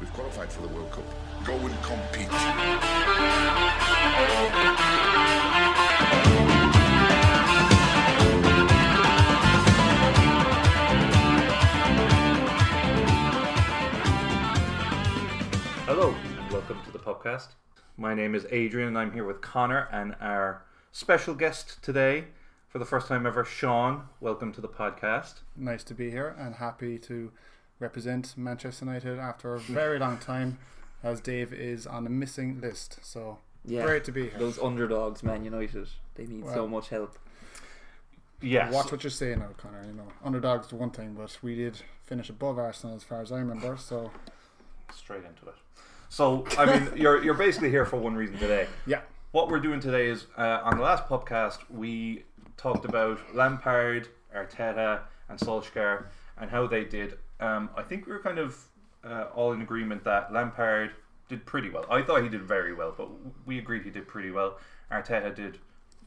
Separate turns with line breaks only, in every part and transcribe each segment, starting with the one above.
We've qualified for the World Cup. Go and compete.
Hello, and welcome to the podcast. My name is Adrian, and I'm here with Connor and our special guest today, for the first time ever, Sean. Welcome to the podcast.
Nice to be here and happy to represent Manchester United after a very long time, as Dave is on the missing list. So
Yeah.
great to be here.
Those underdogs, Man United, they need so
Well-
much help.
Yes.
Watch what you're saying now, Connor. You know, underdogs are one thing, but we did finish above Arsenal as far as I remember. So
Straight into it. So, I mean, you're, you're basically here for one reason today.
yeah,
What we're doing today is uh, on the last podcast, we talked about Lampard, Arteta, and Solskjaer and how they did. Um, I think we were kind of uh, all in agreement that Lampard did pretty well. I thought he did very well, but we agreed he did pretty well. Arteta did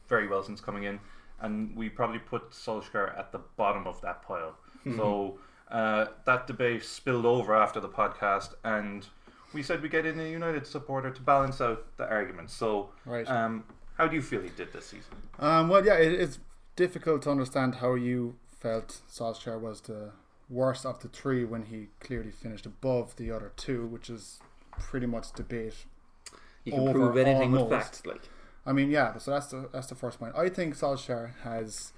very well since coming in, and we probably put Solskjaer at the bottom of that pile. So uh, that debate spilled over after the podcast, and we said we get in a United supporter to balance out the arguments. So,
Right.
um, how do you feel he did this season?
Um, well, yeah, it, it's difficult to understand how you felt Solskjaer was the worst of the three when he clearly finished above the other two, which is pretty much debate.
You can
Over
prove anything with
almost.
facts, like
I mean, yeah, so that's the that's the first point. I think Solskjaer has.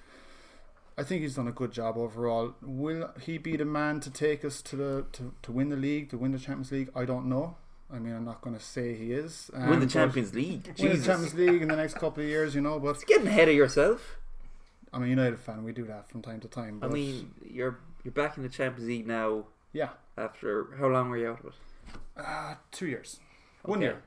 I think he's done a good job overall. Will he be the man to take us to the to, to win the league, to win the Champions League? I don't know. I mean, I'm not going to say he is. Um,
win the
but-
Champions League.
Win the
Jesus,
Champions League in the next couple of years, you know. But
getting ahead of yourself.
I'm a United fan. We do that from time to time.
I
But
mean, you're you're back in the Champions League now.
yeah,
After how long were you out of it?
uh, two years, one
Okay.
year.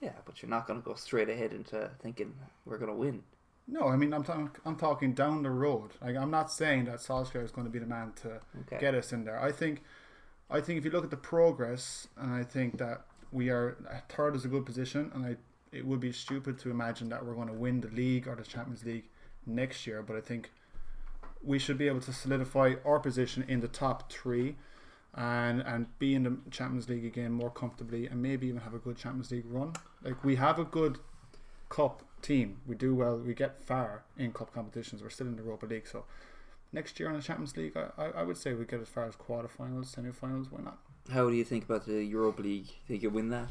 Yeah, but you're not going to go straight ahead into thinking we're going to win.
No, I mean, I'm talking. I'm talking down the road. Like, I'm not saying that Solskjaer is going to be the man to
Okay.
get us in there. I think, I think if you look at the progress, and I think that we are third is a good position, and I it would be stupid to imagine that we're going to win the league or the Champions League next year. But I think we should be able to solidify our position in the top three, and and be in the Champions League again more comfortably, and maybe even have a good Champions League run. Like we have a good cup team. We do well. We get far in cup competitions. We're still in the Europa League, so next year in the Champions League, I, I, I would say we get as far as quarterfinals, semi-finals. Why not?
How do you think about the Europa League? Think you win that?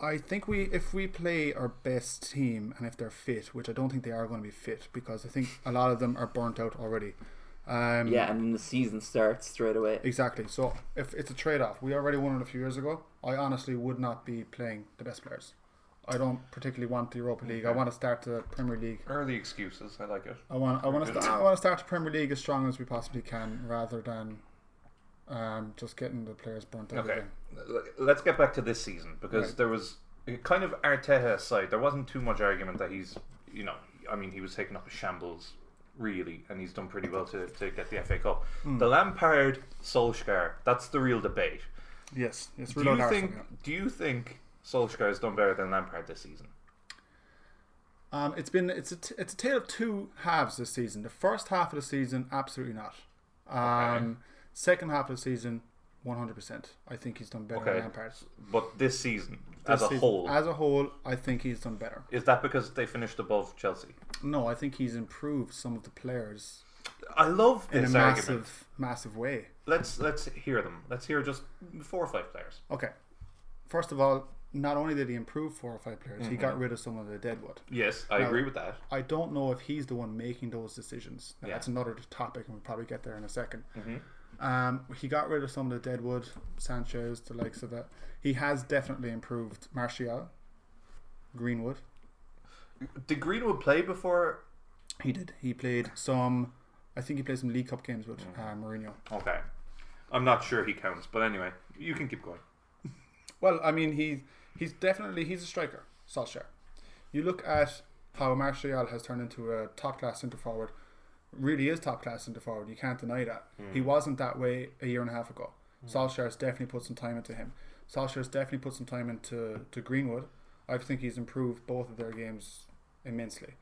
I think we if we play our best team and if they're fit, which I don't think they are going to be fit because I think a lot of them are burnt out already. Um,
Yeah, and then the season starts straight away.
Exactly. So if it's a trade-off, we already won it a few years ago. I honestly would not be playing the best players. I don't particularly want the Europa League. I want to start the Premier League
Early excuses, I like it.
I want I want to
good.
start I want to start the Premier League as strong as we possibly can, rather than um, just getting the players burnt out.
Okay,
again.
L- let's get back to this season because
Right.
there was a kind of Arteta aside, there wasn't too much argument that he's, you know, I mean, he was taking up a shambles really, and he's done pretty well to, to get the FA Cup.
Hmm.
The Lampard Solskjaer, that's the real debate.
Yes, yes.
Do
Rudolph
you
Arsenal,
think? Do you think Solskjaer has done better than Lampard this season?
yeah. um, it's been it's a t- it's a tale of two halves this season. The first half of the season, absolutely not. Um, Second half of the season, one hundred percent. I think he's done better
Okay.
than Lampard.
But this season, as
This
a
season-
whole,
as a whole, I think he's done better.
is that because they finished above Chelsea?
No, I think he's improved some of the players
I love
in a
this
massive,
argument.
massive way.
Let's let's hear them. Let's hear just four or five players.
Okay. First of all, not only did he improve four or five players, he got
Mm-hmm.
rid of some of the deadwood.
Yes, I agree with that.
I don't know if he's the one making those decisions. Now,
Yeah. Mm-hmm.
That's another topic, and we'll probably get there in a 2nd Um, he got rid of some of the deadwood, Sanchez, the likes of it. He has definitely improved Martial, Greenwood.
Did Greenwood play before?
He did. He played some. I think he played some League Cup games with
Mm-hmm.
uh, Mourinho.
Okay, I'm not sure he counts, but anyway, you can keep going.
Well, I mean, he he's definitely he's a striker, Solskjaer. You look at how Martial has turned into a top class centre forward. Really is top class centre forward. You can't deny that. He wasn't that way a year and a half ago. Solskjaer's definitely put some time into him. Solskjaer's definitely put some time into to Greenwood. I think he's improved both of their games immensely.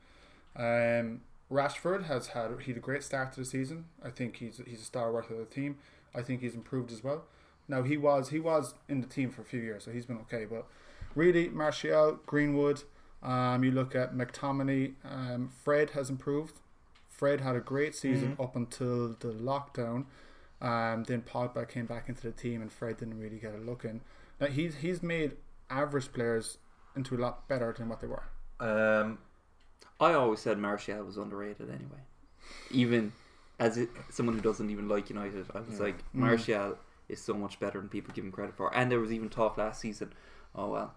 Um, Rashford has had he had a great start to the season. I think he's he's a star worth of the team. I think he's improved as well. Now he was he was in the team for a few years, so he's been okay. But really, Martial, Greenwood. Um, you look at McTominay. Um, Fred has improved. Fred had a great season up until the lockdown. Um, then Pogba came back into the team, and Fred didn't really get a look in. Now he's he's made average players into a lot better than what they were.
Um,
I always said Martial was underrated anyway. Even as it, someone who doesn't even like United, I was like,
Mm.
Martial is so much better than people give him credit for. And there was even talk last season, oh well,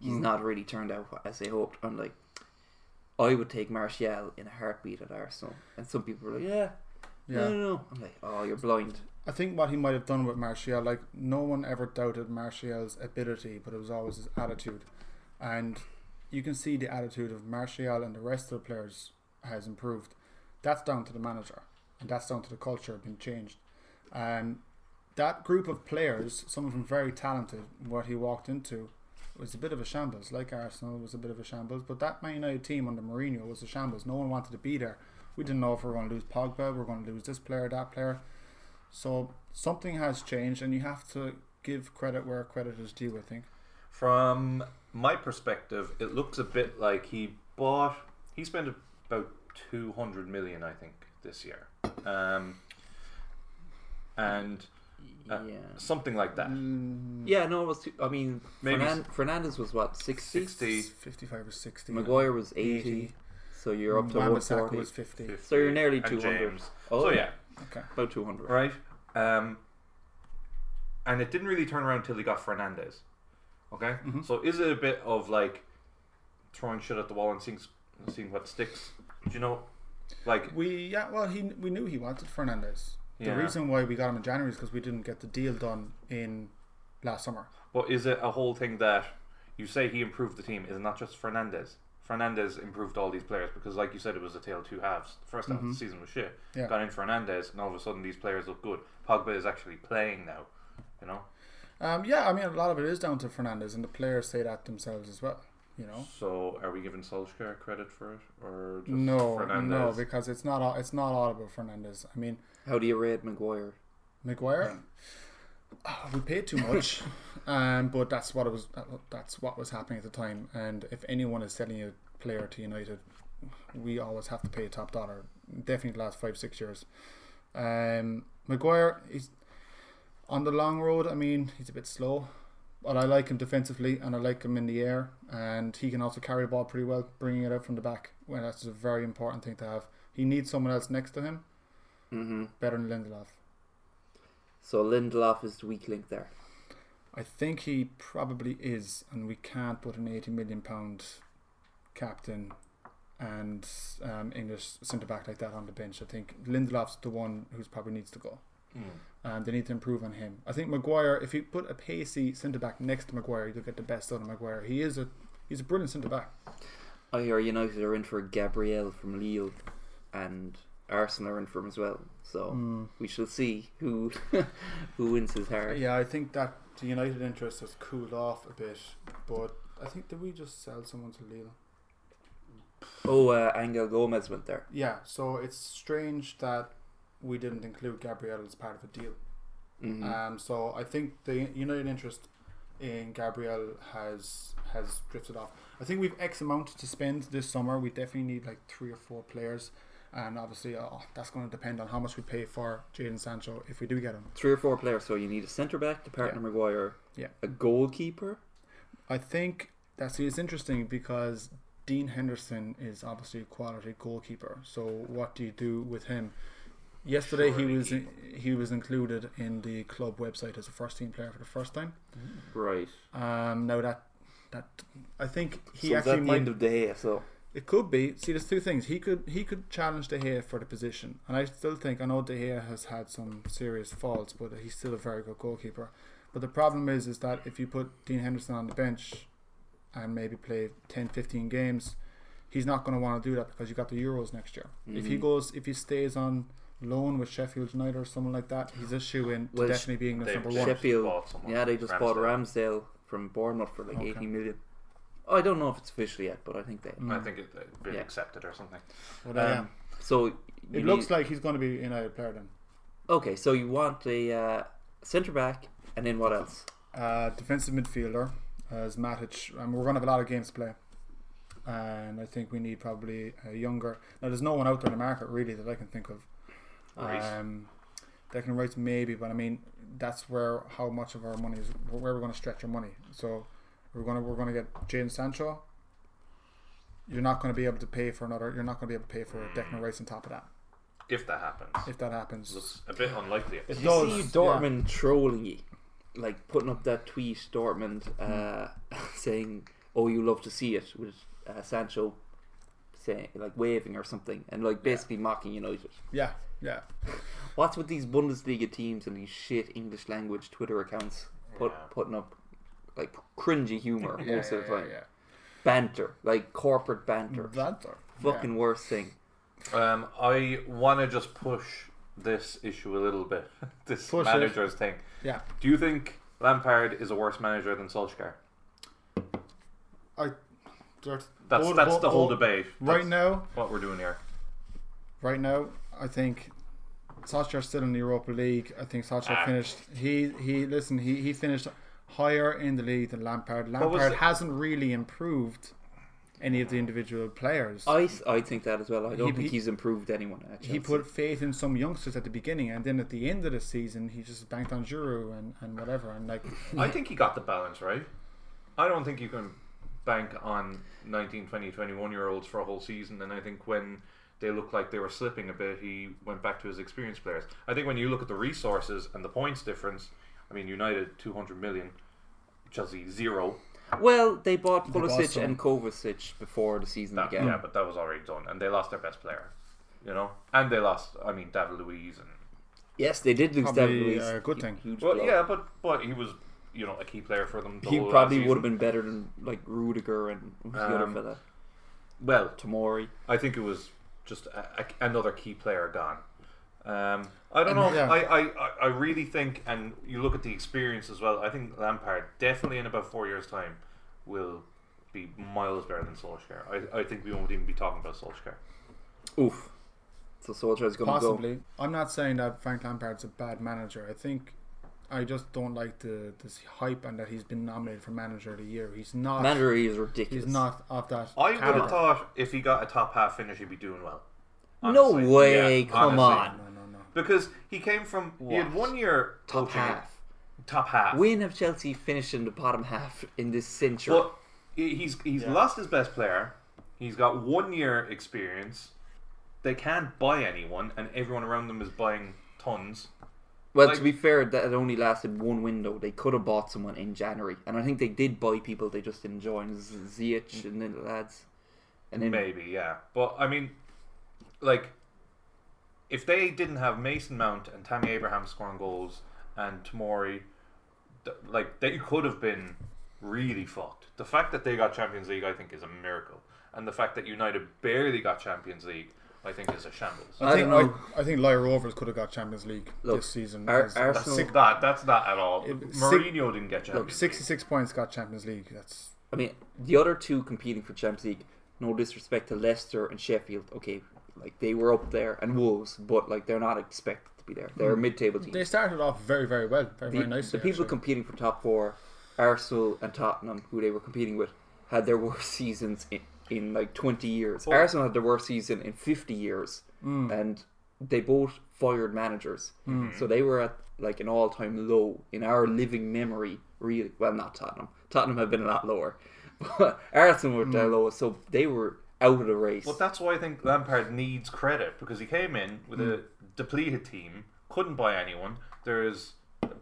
he's
Mm.
not really turned out as they hoped. I'm like, I would take Martial in a heartbeat at Arsenal. And some people were like, yeah,
Yeah.
no, no, no. I'm like, oh, you're blind.
I think what he might have done with Martial, like no one ever doubted Martial's ability, but it was always his attitude, and you can see the attitude of Martial and the rest of the players has improved. That's down to the manager, and that's down to the culture being changed. Um, that group of players, some of them very talented, what he walked into was a bit of a shambles. Like Arsenal was a bit of a shambles, but that Man United team under Mourinho was a shambles. No one wanted to be there. We didn't know if we were going to lose Pogba, we were going to lose this player, that player. So something has changed, and you have to give credit where credit is due. I think.
From my perspective, it looks a bit like he bought. He spent about two hundred million, I think, this year, um, and uh,
yeah.
something like that.
mm.
Mm, Yeah, no, it was, too, I mean,
Maybe
Fernan- Fernandez was what, 60?
Sixty.
Fifty-five or sixty.
Maguire was 80.
80.
So you're up to
Wan-Bissaka
140.
was fifty.
So you're nearly
and
200.
James.
Oh,
so
yeah.
yeah,
Okay.
About 200.
right. Um, and it didn't really turn around until he got Fernandez. Okay, so is it a bit of like throwing shit at the wall and seeing seeing what sticks? Do you know, like
We yeah. Well, he we knew he wanted Fernandez.
Yeah.
The reason why we got him in January is because we didn't get the deal done in last summer.
But is it a whole thing that you say he improved the team? Is it not just Fernandez? Fernandez improved all these players because, like you said, it was a tale of two halves. The first half of the season was shit.
Yeah.
Got in Fernandez, and all of a sudden these players look good. Pogba is actually playing now. You know,
Um, yeah, I mean a lot of it is down to Fernandez, and the players say that themselves as well. You know.
so are we giving Solskjaer credit for it, or just
No,
Fernandez?
no, because it's not all it's not all about Fernandez. I mean,
How do you rate Maguire?
Maguire. Oh, we paid too much, um, but that's what it was. That's what was happening at the time. And if anyone is selling a player to United, we always have to pay top dollar. Definitely the last five six years. Um, Maguire is on the long road. I mean, he's a bit slow, but I like him defensively and I like him in the air. And he can also carry the ball pretty well, bringing it out from the back. Well, that's a very important thing to have. He needs someone else next to him,
Mm-hmm.
better than Lindelof.
So Lindelof is the weak link there.
I think he probably is, and we can't put an eighty million pound captain and um, English centre back like that on the bench. I think Lindelof's the one who's probably needs to go.
Mm.
Um, they need to improve on him. I think Maguire, if you put a pacey centre back next to Maguire, you'll get the best out of Maguire. He is a he's a brilliant centre back.
I hear United are in for Gabriel from Lille, and Arsenal are in for him as well. So we shall see who who wins his heart.
Yeah, I think that the United interest has cooled off a bit, but I think did we just sell someone to Lille?
Oh, uh, Angel Gomez went there.
Yeah, so it's strange that we didn't include Gabriel as part of a deal.
Mhm.
Um, so I think the United interest in Gabriel has has drifted off. I think we've X amount to spend this summer. We definitely need like three or four players, and obviously oh, that's going to depend on how much we pay for Jaden Sancho if we do get him.
Three or four players. So you need a centre back to partner Maguire.
Yeah.
A goalkeeper.
I think that's it's interesting because Dean Henderson is obviously a quality goalkeeper. So what do you do with him? Yesterday he was he was included in the club website as a first team player for the first time.
Right.
Um, now that that I think he
so is that
actually
the
might
end of the day. So
it could be. See, there's two things. He could he could challenge De Gea for the position, and I still think I know De Gea has had some serious faults, but he's still a very good goalkeeper. But the problem is, is that if you put Dean Henderson on the bench, and maybe play 10, 15 games, he's not going to want to do that because you got the Euros next year. If he goes, if he stays on loan with Sheffield United or someone like that, he's a shoe in to
Well,
definitely be England's
they-
number
Bournemouth
one.
Sheffield.
bought someone,
Yeah, they just bought
Ramsdale.
Ramsdale from Bournemouth for like
Okay.
80 million. I don't know if it's official yet, but I think they.
I think it, it been
Yeah.
accepted or something.
But, uh,
Um,
So you
it
need-
looks like he's going to be a United player then.
Okay, so you want a uh, centre back, And then what else?
Uh, defensive midfielder as Matic. And we're going to have a lot of games to play. And I think we need probably a younger. Now, there's no one out there in the market really that I can think of. Um, Declan Rice maybe, but I mean that's where how much of our money is where we're going to stretch our money. So we're gonna we're gonna get Jaden Sancho. You're not going to be able to pay for another. You're not going to be able to pay for Declan Rice on top of that
if that happens.
if that happens.
Looks a bit unlikely.
It
Did you
does,
see
yeah.
Dortmund trolling you? Like putting up that tweet, Dortmund uh, saying, "Oh, you love to see it," with uh, Sancho saying, like waving or something, and like basically mocking United.
Yeah, yeah.
What's with these Bundesliga teams and these shit English language Twitter accounts put,
Yeah.
putting up like cringy humor
yeah,
most
yeah,
of the time?
yeah,
Banter, like corporate banter.
yeah. Banter.
Fucking worst thing.
Um, I want to just push this issue a little bit. this
Push it.
manager's thing.
yeah.
Do you think Lampard is a worse manager than Solskjaer?
yeah. I. That's
That's that's the whole debate.
Right
That's
now,
what we're doing here.
right now, I think Solskjaer's still in the Europa League. I think Solskjaer
Ah.
finished. He he. Listen, he he finished higher in the league than Lampard.
was
Lampard
the-
hasn't really improved any of the individual players.
Oh,
I, s- I think that as well. I don't
He-
think
he-
he's improved anyone. At
he
Chelsea.
put faith in some youngsters at the beginning, and then at the end of the season, he just banked on Giroud and, and whatever. And like,
I think he got the balance right. I don't think you can bank on 19, 20, 21 year olds for a whole season. And I think when they looked like they were slipping a bit, he went back to his experienced players. I think when you look at the resources and the points difference, I mean, United 200 million, Chelsea zero.
Well, they bought
bought
Pulisic
some.
and Kovacic before the season
That,
began.
Yeah, but that was already done. And they lost their best player, you know? And they lost, I mean, David Luiz. And,
Yes, they did lose David
Probably
Luiz.
a good thing.
Huge
well,
blow.
yeah, but, but he was, you know, a key player for them. the
he
whole
probably
season.
would have been better than like Rudiger and who's the other
Um,
fella,
Well,
Tomori.
I think it was just a, a, another key player gone. Um, I don't know.
And- yeah.
I, I, I- I really think, and you look at the experience as well. I think Lampard definitely in about four years' time will be miles better than Solskjaer. I, I think we won't even be talking about Solskjaer.
Oof. So Solskjaer's going to go.
possibly. I'm not saying that Frank Lampard's a bad manager. I think I just don't like the this hype and that he's been nominated for manager of the year. He's not.
Manager is ridiculous.
He's not of that.
I would
caliber.
have thought if he got a top half finish, he'd be doing well.
No
Honestly.
way,
Yeah,
come
honestly.
on.
No, no, no.
Because he came from he had
What?
one year
Top
coaching-
half.
top half.
When have Chelsea finished in the bottom half in this century?
Well, he- he's he's lost his best player. He's got one year experience. They can't buy anyone, and everyone around them is buying tons.
Well,
like-
to be fair, that had only lasted one window. They could have bought someone in January, and I think they did buy people they just didn't join. Z- Ziyech and then the lads, and then
Mm. Maybe, yeah. But I mean, like, if they didn't have Mason Mount and Tammy Abraham scoring goals and Tamori, th- like they could have been really fucked. The fact that they got Champions League, I think, is a miracle, and the fact that United barely got Champions League, I think, is a shambles.
I,
I
think
don't know.
I, I think Lyra Rovers could have got Champions League
Look,
this season.
Ar-
as-
Arsenal-
six-
That that's not at all.
If-
Mourinho didn't get Champions League.
Sixty-six points got Champions League. That's
I mean, the other two competing for Champions League, no disrespect to Leicester and Sheffield, okay, like they were up there, and Wolves, but like they're not expected to be there. They're a mid-table team.
they started off very, very well, very,
the,
very nicely.
the people
actually.
competing for top four, Arsenal and Tottenham, who they were competing with, had their worst seasons in, in like 20 years. Arsenal had their worst season in 50 years, and they both fired managers. So they were at like an all time low in our living memory, really. Well, not Tottenham. Tottenham have been a lot lower. But Arsenal were their lowest, so they were out of the race.
But that's why I think Lampard needs credit because he came in with a
Hmm.
depleted team, couldn't buy anyone. There's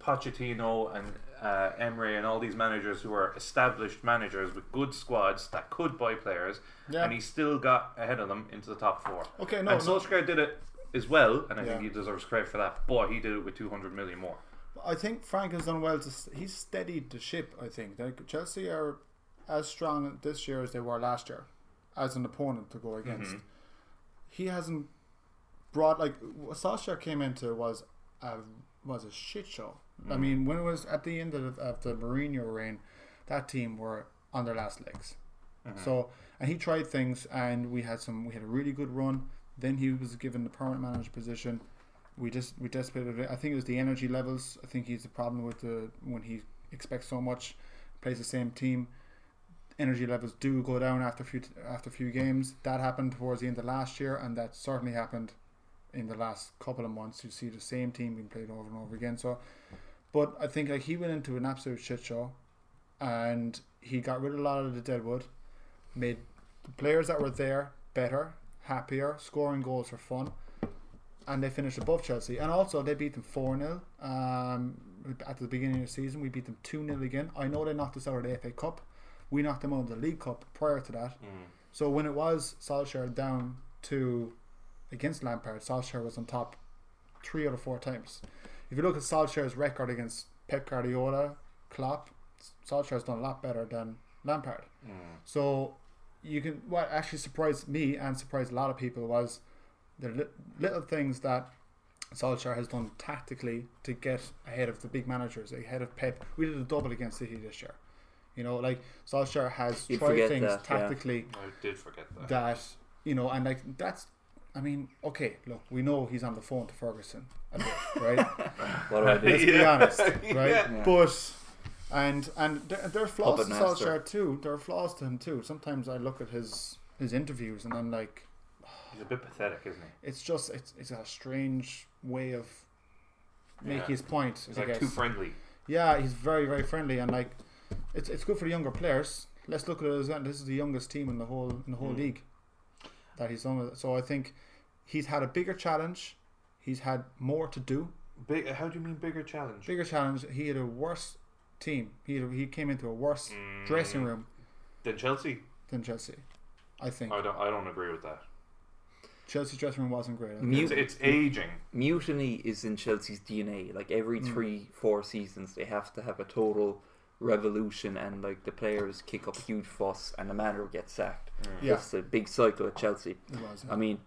Pochettino and uh, Emery and all these managers who are established managers with good squads that could buy players,
Yeah.
and he still got ahead of them into the top four.
Okay, no,
and
no.
Solskjaer did it as well, and I
Yeah.
think he deserves credit for that. But he did it with 200 million more.
I think Frank has done well. To st- he's steadied the ship. I think like Chelsea are as strong this year as they were last year, as an opponent to go against. He hasn't brought like what Solskjaer came into was a was a shit show. I mean, when it was at the end of, of the Mourinho reign, that team were on their last legs. So and he tried things, and we had some. We had a really good run. Then he was given the permanent manager position, we just we desperate. of it. I think it was the energy levels. I think he's the problem with the when he expects so much, plays the same team. Energy levels do go down after a few after a few games. That happened towards the end of last year, and that certainly happened in the last couple of months. You see the same team being played over and over again. So, but I think like he went into an absolute shit show, and he got rid of a lot of the deadwood, made the players that were there better, happier, scoring goals for fun and they finished above Chelsea. And also, they beat them 4 0 um, at the beginning of the season. We beat them 2 0 again. I know they knocked us out of the FA Cup. We knocked them out of the League Cup prior to that. So when it was Solskjaer down to against Lampard, Solskjaer was on top three out of four times. If you look at Solskjaer's record against Pep Guardiola, Klopp, Solskjaer's done a lot better than Lampard.
Mm.
So you can what actually surprised me and surprised a lot of people was the li- little things that Solskjaer has done tactically to get ahead of the big managers, ahead of Pep. We did a double against City this year. You know, like Solskjaer has
You'd
tried
forget
things
that, yeah.
tactically
I did forget that.
that you know, and like that's. I mean, okay, look, we know he's on the phone to Ferguson, a bit, right?
What do I do?
Let's be honest, right?
Yeah.
But and and there, there are flaws
Puppet
to
master.
Solskjaer too. There are flaws to him too. Sometimes I look at his his interviews and I'm like,
He's a bit pathetic, isn't he?
it's just it's, it's a strange way of making
Yeah.
his point.
He's
I
like
guess.
too friendly.
yeah, he's very very friendly and like it's it's good for the younger players. Let's look at it as that. This is the youngest team in the whole in the whole league that he's done. With. So I think he's had a bigger challenge. He's had more to do.
Big, how do you mean bigger challenge?
Bigger challenge. He had a worse team. He had a, he came into a worse dressing room
Than Chelsea?
than Chelsea. I think
I don't. I don't agree with that.
Chelsea's dressing room wasn't great. I think.
It's,
Mut-
it's aging.
mutiny is in Chelsea's DNA. Like every
Mm.
three, four seasons, they have to have a total revolution, and like the players kick up huge fuss, and the manager gets sacked.
Yeah.
It's a big cycle at Chelsea.
Mm. It was, yeah.
I mean,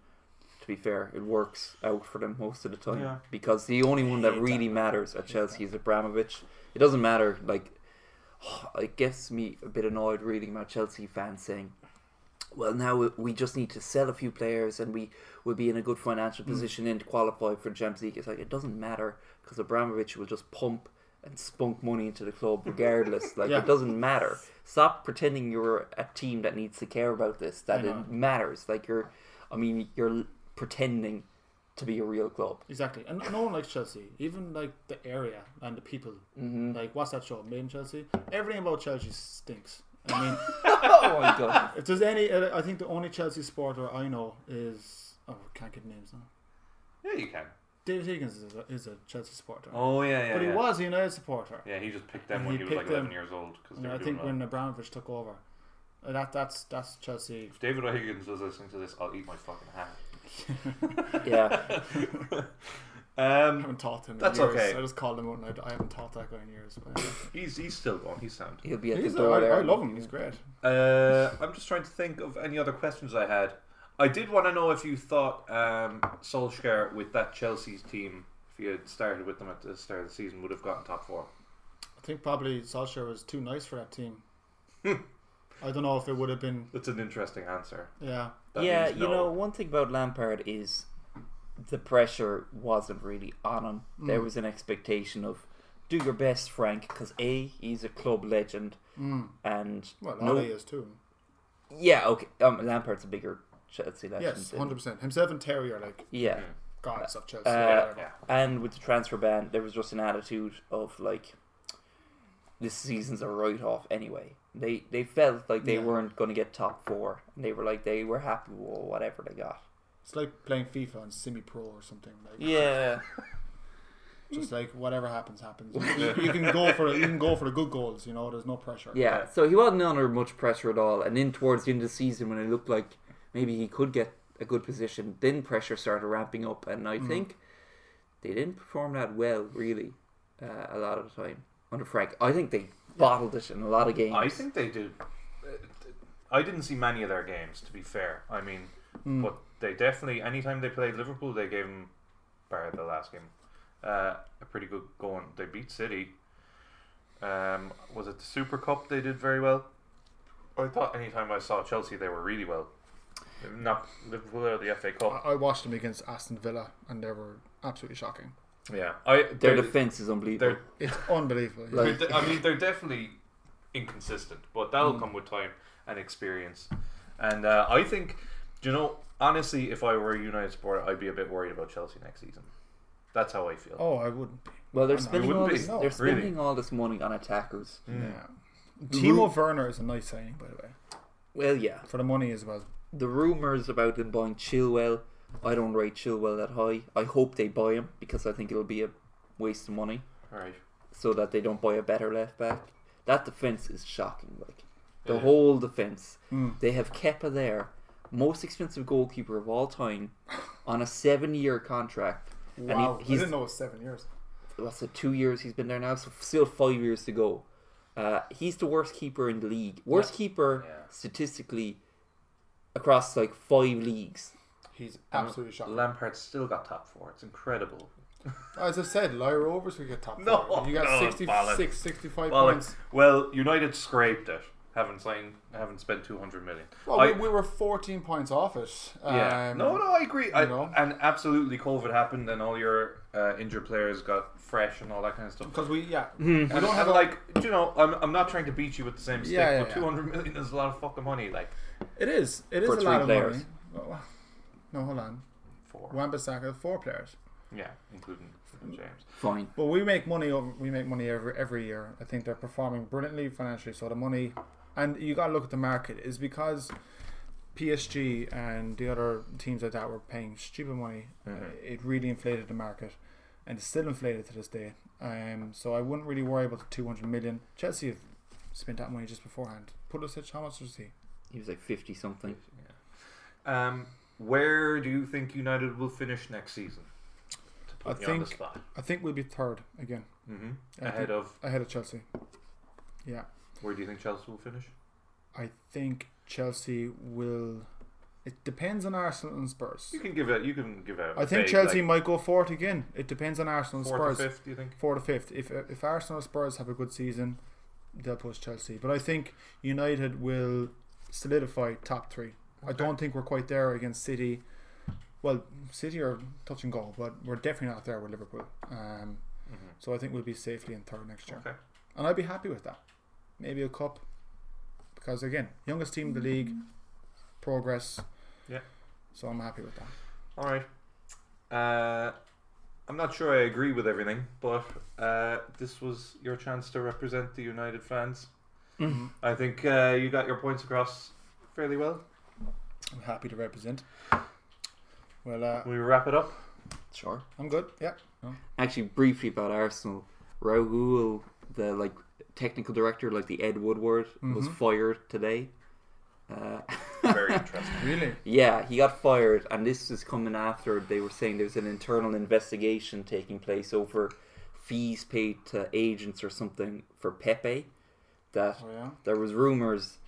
to be fair, it works out for them most of the time
Yeah.
because the only one that really matters at Chelsea is Abramovich. It doesn't matter. Like, it gets me a bit annoyed reading about Chelsea fans saying, "Well, now we- we just need to sell a few players, and we will be in a good financial
Mm.
position in to qualify for Champions League." It's like it doesn't matter because Abramovich will just pump and spunk money into the club regardless. like
Yeah.
it doesn't matter. Stop pretending you're a team that needs to care about this. That
know.
it matters. Like you're, I mean, you're pretending to be a real club.
Exactly, and no one likes Chelsea. Even like the area and the people. Like what's that show? Made in Chelsea. Everything about Chelsea stinks. I mean,
oh my god!
if there's any, uh, I think the only Chelsea supporter I know is oh, I can't get names now.
Yeah, you can.
David Higgins is a, is a Chelsea supporter,
Oh yeah, yeah.
but he
yeah.
was a United supporter.
Yeah, he just picked them
And
when
he
he was like
picked them.
11 years old because
And
they were
I
doing
think when
well.
Abramovich took over, uh, that that's that's Chelsea.
If David O'Higgins was listening to this, I'll eat my fucking hat.
Yeah,
I
um,
haven't talked to him. In
That's
years.
okay.
I just called him out, and I, I haven't talked that guy in years. But
he's he's still going. He's sound.
he'll be at
He's
the
a,
door
I,
there.
I love him. He's great.
Uh, I'm just trying to think of any other questions I had. I did want to know if you thought um, Solskjaer with that Chelsea's team, if you had started with them at the start of the season, would have gotten top four.
I think probably Solskjaer was too nice for that team. I don't know if it would have been.
That's an interesting answer.
Yeah,
That
yeah,
means
you
no.
know, one thing about Lampard is the pressure wasn't really on him. There was an expectation of do your best, Frank, because a he's a club legend, and
well,
no,
Ali is too.
yeah, okay, um, Lampard's a bigger Chelsea legend.
Yes,
than-
hundred percent. Himself and Terry are like
Yeah,
gods of Chelsea.
Uh,
whatever.
yeah.
and with the transfer ban, there was just an attitude of like, this season's a write-off anyway. They they felt like they
Yeah.
weren't going to get top four, and they were like they were happy with whatever they got.
It's like playing FIFA and semi-pro or something. Like,
Yeah.
just like whatever happens, happens. You, you can go for the, you can go for the good goals. You know, there's no pressure.
Yeah, so he wasn't under much pressure at all. And then towards the end of the season, when it looked like maybe he could get a good position, then pressure started ramping up. And
Mm-hmm.
I think they didn't perform that well, really, uh, a lot of the time under Frank. I think they bottled it in a lot of games.
I think they do. I didn't see many of their games, to be fair. I mean, but they definitely, anytime they played Liverpool, they gave them, bar the last game, uh, a pretty good going. They beat City. Um, was it the Super Cup they did very well? I thought anytime I saw Chelsea, they were really well. Not Liverpool or the FA Cup.
I, I watched them against Aston Villa, and they were absolutely shocking.
Yeah, I
Their
they're,
defense is unbelievable.
they're-
It's unbelievable. yeah.
Like-
they're de- I mean, they're definitely inconsistent, but that'll
Hmm.
come with time and experience. And uh, I think, you know, honestly, if I were a United supporter, I'd be a bit worried about Chelsea next season. That's how I feel.
oh, I wouldn't. Be.
well, they're
I know, it
spending all
wouldn't be.
this.
No,
they're
really. Mm.
spending all this money on attackers.
Yeah. Timo Werner is a nice signing, by the way,
Well, yeah.
for the money as well.
The rumors about them buying Chilwell, I don't rate Chilwell that high. I hope they buy him because I think it'll be a waste of money.
Oh.
All right.
so that they don't buy a better left back. That defense is shocking. Like the
Yeah. Mm.
whole defense, they have Kepa there, most expensive goalkeeper of all time, on a seven-year contract. And he, he's
know it was seven years.
what's it? Two years he's been there now, so still five years to go. Uh, he's the worst keeper in the league. Worst keeper
Yeah.
statistically across like five leagues.
He's absolutely shocking.
Lampard's still got top four. It's incredible.
As I said, Lyra Rovers we get top
No,
four. You got
no,
66, 65
Well,
points.
well, United scraped it. Haven't signed. Haven't spent two hundred million.
Well,
I-
we, we were 14 points off it. Um,
Yeah. no, no, I agree. I,
know?
And absolutely, COVID happened, and all your uh, injured players got fresh and all that kind of stuff.
Because we, yeah.
And, I don't have like, do you know, I'm, I'm not trying to beat you with the same stick,
Yeah, yeah,
but
yeah.
200 million is a lot of fucking money. Like,
It is. It is
For
a
three
lot of
players.
money. Well, well, No, hold on.
four.
Wan-Bissaka, four players.
Yeah, including fucking James.
Fine.
But we make money. over- We make money every every year. I think they're performing brilliantly financially. So the money, and you got to look at the market. Is because PSG and the other teams like that were paying stupid money. Uh,
Mm-hmm.
It really inflated the market, and it's still inflated to this day. Um, so I wouldn't really worry about the two hundred million. Chelsea have spent that money just beforehand. Pulisic, how much was he?
He was like fifty something.
Yeah. Um, where do you think United will finish next season? To put
I
you on the
think-
spot.
I think we'll be third again,
hmm
I
Ahead
think-
of,
ahead of Chelsea. Yeah.
where do you think Chelsea will finish?
I think Chelsea will. It depends on Arsenal and Spurs.
You can give out, you can give out.
I think
vague,
Chelsea
like,
might go for it again. It depends on Arsenal and
fourth or
Spurs.
fifth, do you think?
Fourth or fifth. If if Arsenal and Spurs have a good season, they'll push Chelsea. But I think United will solidify top three. I don't think we're quite there against City. Well, City are touch and go, but we're definitely not there with Liverpool. Um, So I think we'll be safely in third next year
Mm-hmm. Okay.
and I'd be happy with that. Maybe a cup, because again, youngest team in the league, progress.
Yeah.
So I'm happy with that.
All right. Uh, I'm not sure I agree with everything, but uh, this was your chance to represent the United fans. I think uh, you got your points across fairly well.
I'm happy to represent. Well, uh,
We wrap it up.
Sure.
I'm good. Yeah. No.
actually briefly about Arsenal. Raul, the like technical director, like the Ed Woodward, was
Mm-hmm.
fired today. Uh,
Very interesting.
Really?
yeah, he got fired, and this is coming after they were saying there's an internal investigation taking place over fees paid to agents or something for Pepe. That
Oh yeah.
there was rumors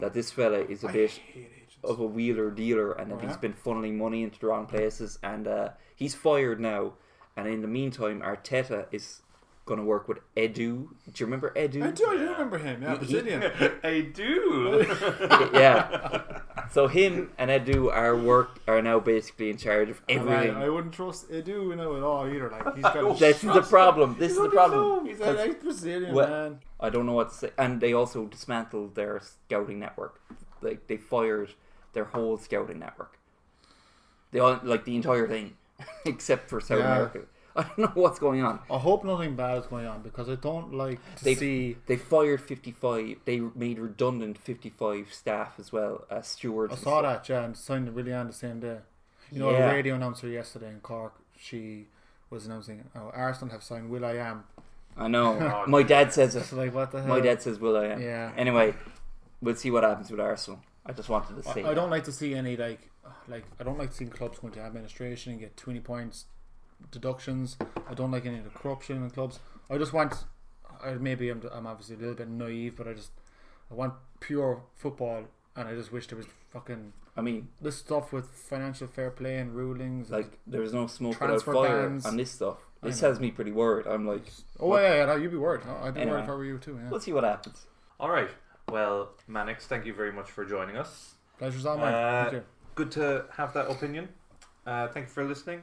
that this fella is a bit
hate agents.
of a wheeler dealer and that
Oh,
he's
yeah?
been funneling money into the wrong places and uh, he's fired now and in the meantime arteta is going to work with edu do you remember edu
I do. I do remember him. Yeah, Brazilian.
I do.
yeah so him and edu are work are now basically in charge of
And I,
everything
I wouldn't trust Edu you know, at all either. Like, he's got a
this is the problem this is the problem
He's an ex-Brazilian,
Well-
man.
I don't know what to say. And they also dismantled their scouting network. Like they fired their whole scouting network. They all like the entire thing, except for South
Yeah.
America. I don't know what's going on.
I hope nothing bad is going on because I don't like to
They
see.
they fired fifty five. They made redundant fifty five staff as well as stewards.
I
and
saw
stuff.
that, yeah, and signed really on the same day. You know,
Yeah.
a radio announcer yesterday in Cork, she was announcing, "Oh, Arsenal have signed Will I Am."
I know. My dad says
It's
it.
like what the hell?
My dad says Will I am.
Oh, Yeah.
Anyway, we'll see what happens with Arsenal. I just wanted to say.
I, I don't like to see any like uh, like I don't like seeing clubs going to administration and get twenty points deductions. I don't like any of the corruption in clubs. I just want I maybe I'm, I'm obviously a little bit naive, but I just I want pure football, and I just wish there was fucking
I mean,
this stuff with financial fair play and rulings. and-
like there was no smoke
Transfer
without fire
bans.
on this stuff. This has me pretty worried. I'm like,
oh yeah, yeah, no, you'd be worried. No, I'd be
Anyway.
worried if I were you too. Yeah.
we'll see what happens.
All right. Well, Mannix, thank you very much for joining us.
Pleasure's all mine.
Uh,
Thank you.
good to have that opinion. Uh, thank you for listening,